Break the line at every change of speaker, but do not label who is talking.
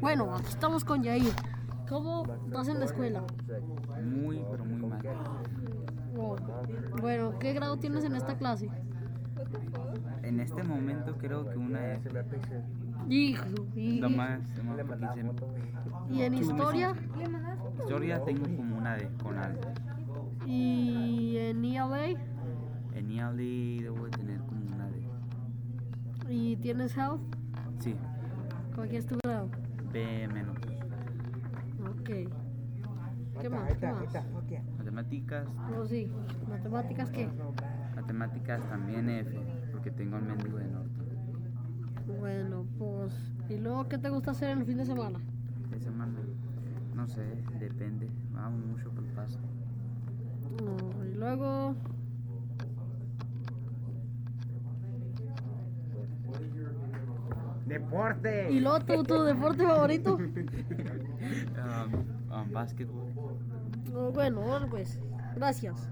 Bueno, aquí estamos con Yair. ¿Cómo vas en la escuela?
Muy, pero muy mal.
Oh, Bueno, ¿qué grado tienes en esta clase?
En este momento creo que una es
Hijo, y,
la más, la más difícil.
y en historia
Historia tengo como una de con algo.
y en IAB
En IALI debo de tener como una de.
y tienes health.
Sí,
¿Cuál es tu grado?
B menos.
Ok. ¿Qué más? ¿Qué más?
Matemáticas,
No, sí. ¿Matemáticas qué?
matemáticas también F, porque tengo el mendigo de norte.
Bueno, pues. ¿Y luego qué te gusta hacer en el fin de semana?
De semana, no sé, depende. Vamos mucho por el paso.
No, Oh, y luego.
Deporte.
¿Y luego tu, tu deporte favorito?
Um, um, básquetbol.
Oh, No, bueno, bueno, pues. Gracias.